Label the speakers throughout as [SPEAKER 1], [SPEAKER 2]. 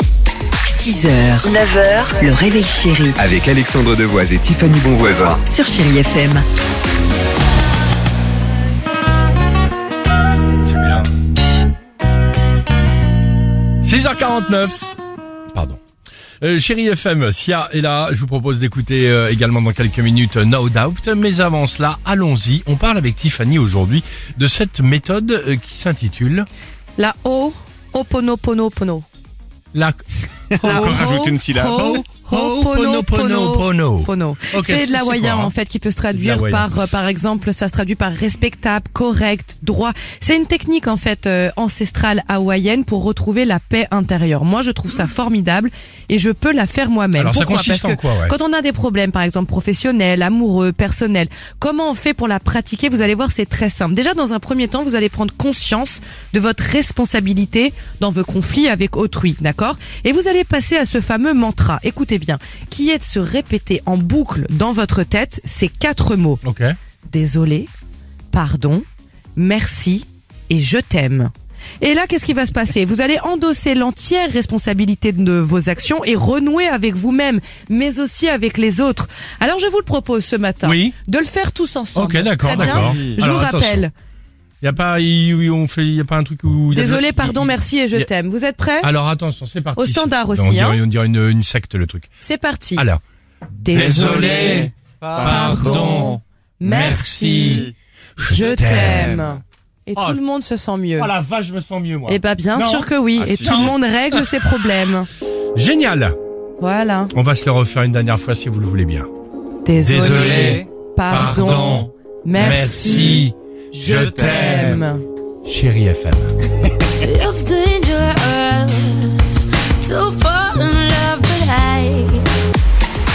[SPEAKER 1] 6h, 9h, le réveil chéri
[SPEAKER 2] Avec Alexandre Devoise et Tiffany Bonvoisin.
[SPEAKER 1] sur Chérie FM.
[SPEAKER 3] C'est bien. 6h49. Pardon. Euh, chérie FM, Sia est là. Je vous propose d'écouter euh, également dans quelques minutes euh, No Doubt. Mais avant cela, allons-y. On parle avec Tiffany aujourd'hui de cette méthode euh, qui s'intitule
[SPEAKER 4] La O, oponoponopono.
[SPEAKER 3] la.
[SPEAKER 4] La
[SPEAKER 5] Encore
[SPEAKER 4] O,
[SPEAKER 5] rajouter une syllabe.
[SPEAKER 4] O,
[SPEAKER 3] Ho, pono, pono, pono.
[SPEAKER 4] pono.
[SPEAKER 3] Ok,
[SPEAKER 4] C'est de
[SPEAKER 3] c'est
[SPEAKER 4] la
[SPEAKER 3] quoi,
[SPEAKER 4] wayan
[SPEAKER 3] hein
[SPEAKER 4] en fait qui peut se
[SPEAKER 3] De
[SPEAKER 4] traduire
[SPEAKER 3] la
[SPEAKER 4] par, euh, par exemple, ça se traduit par respectable, correct, droit. C'est une technique en fait euh, ancestrale hawaïenne pour retrouver la paix intérieure. Moi, je trouve ça formidable et je peux la faire moi-même.
[SPEAKER 3] Alors, ça
[SPEAKER 4] Pourquoi
[SPEAKER 3] consiste
[SPEAKER 4] Parce
[SPEAKER 3] en
[SPEAKER 4] que
[SPEAKER 3] quoi, ouais
[SPEAKER 4] Quand on a des problèmes, par exemple professionnels, amoureux, personnels, comment on fait pour la pratiquer Vous allez voir, c'est très simple. Déjà, dans un premier temps, vous allez prendre conscience de votre responsabilité dans vos conflits avec autrui, d'accord Et vous allez passer à ce fameux mantra. Écoutez bien, qui est de se répéter en boucle dans votre tête ces quatre mots
[SPEAKER 3] Ok.
[SPEAKER 4] désolé, pardon, merci et je t'aime. Et là, qu'est-ce qui va se passer Vous allez endosser l'entière responsabilité de vos actions et renouer avec vous-même, mais aussi avec les autres. Alors, je vous le propose ce matin
[SPEAKER 3] Oui.
[SPEAKER 4] de le faire tous ensemble.
[SPEAKER 3] Ok, d'accord,
[SPEAKER 4] Très bien.
[SPEAKER 3] d'accord.
[SPEAKER 4] Je
[SPEAKER 3] Alors,
[SPEAKER 4] vous
[SPEAKER 3] attention.
[SPEAKER 4] rappelle.
[SPEAKER 3] Y a pas, y, y- on fait, y a pas un truc où. y a de-
[SPEAKER 4] Désolé, pardon,
[SPEAKER 3] y-
[SPEAKER 4] merci et je
[SPEAKER 3] y a-
[SPEAKER 4] t'aime. Vous êtes prêts
[SPEAKER 3] Alors attention, c'est parti.
[SPEAKER 4] Au standard aussi,
[SPEAKER 3] On dirait,
[SPEAKER 4] hein.
[SPEAKER 3] on dirait une, une secte le truc.
[SPEAKER 4] C'est parti.
[SPEAKER 3] Alors.
[SPEAKER 4] Désolé, pardon, merci, je t'aime. Et
[SPEAKER 3] Oh.
[SPEAKER 4] tout le monde se sent mieux.
[SPEAKER 3] la vache, je me sens mieux moi.
[SPEAKER 4] Eh ben bien
[SPEAKER 3] Non.
[SPEAKER 4] sûr que oui.
[SPEAKER 5] Ah,
[SPEAKER 4] et
[SPEAKER 5] si.
[SPEAKER 4] tout le monde règle ses problèmes.
[SPEAKER 3] Génial.
[SPEAKER 4] Voilà.
[SPEAKER 3] On va se le refaire une dernière fois si vous le voulez bien.
[SPEAKER 4] Désolé.
[SPEAKER 3] Désolé,
[SPEAKER 4] Pardon.
[SPEAKER 3] pardon,
[SPEAKER 4] Merci.
[SPEAKER 3] je t'aime. Chérie FM.
[SPEAKER 6] It's dangerous to fall in love, but hey,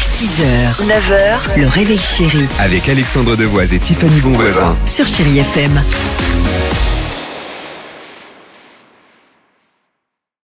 [SPEAKER 1] 6h, 9h, le réveil chéri
[SPEAKER 2] Avec Alexandre Devoise et Tiffany Bonvoisin.
[SPEAKER 1] sur Chérie FM.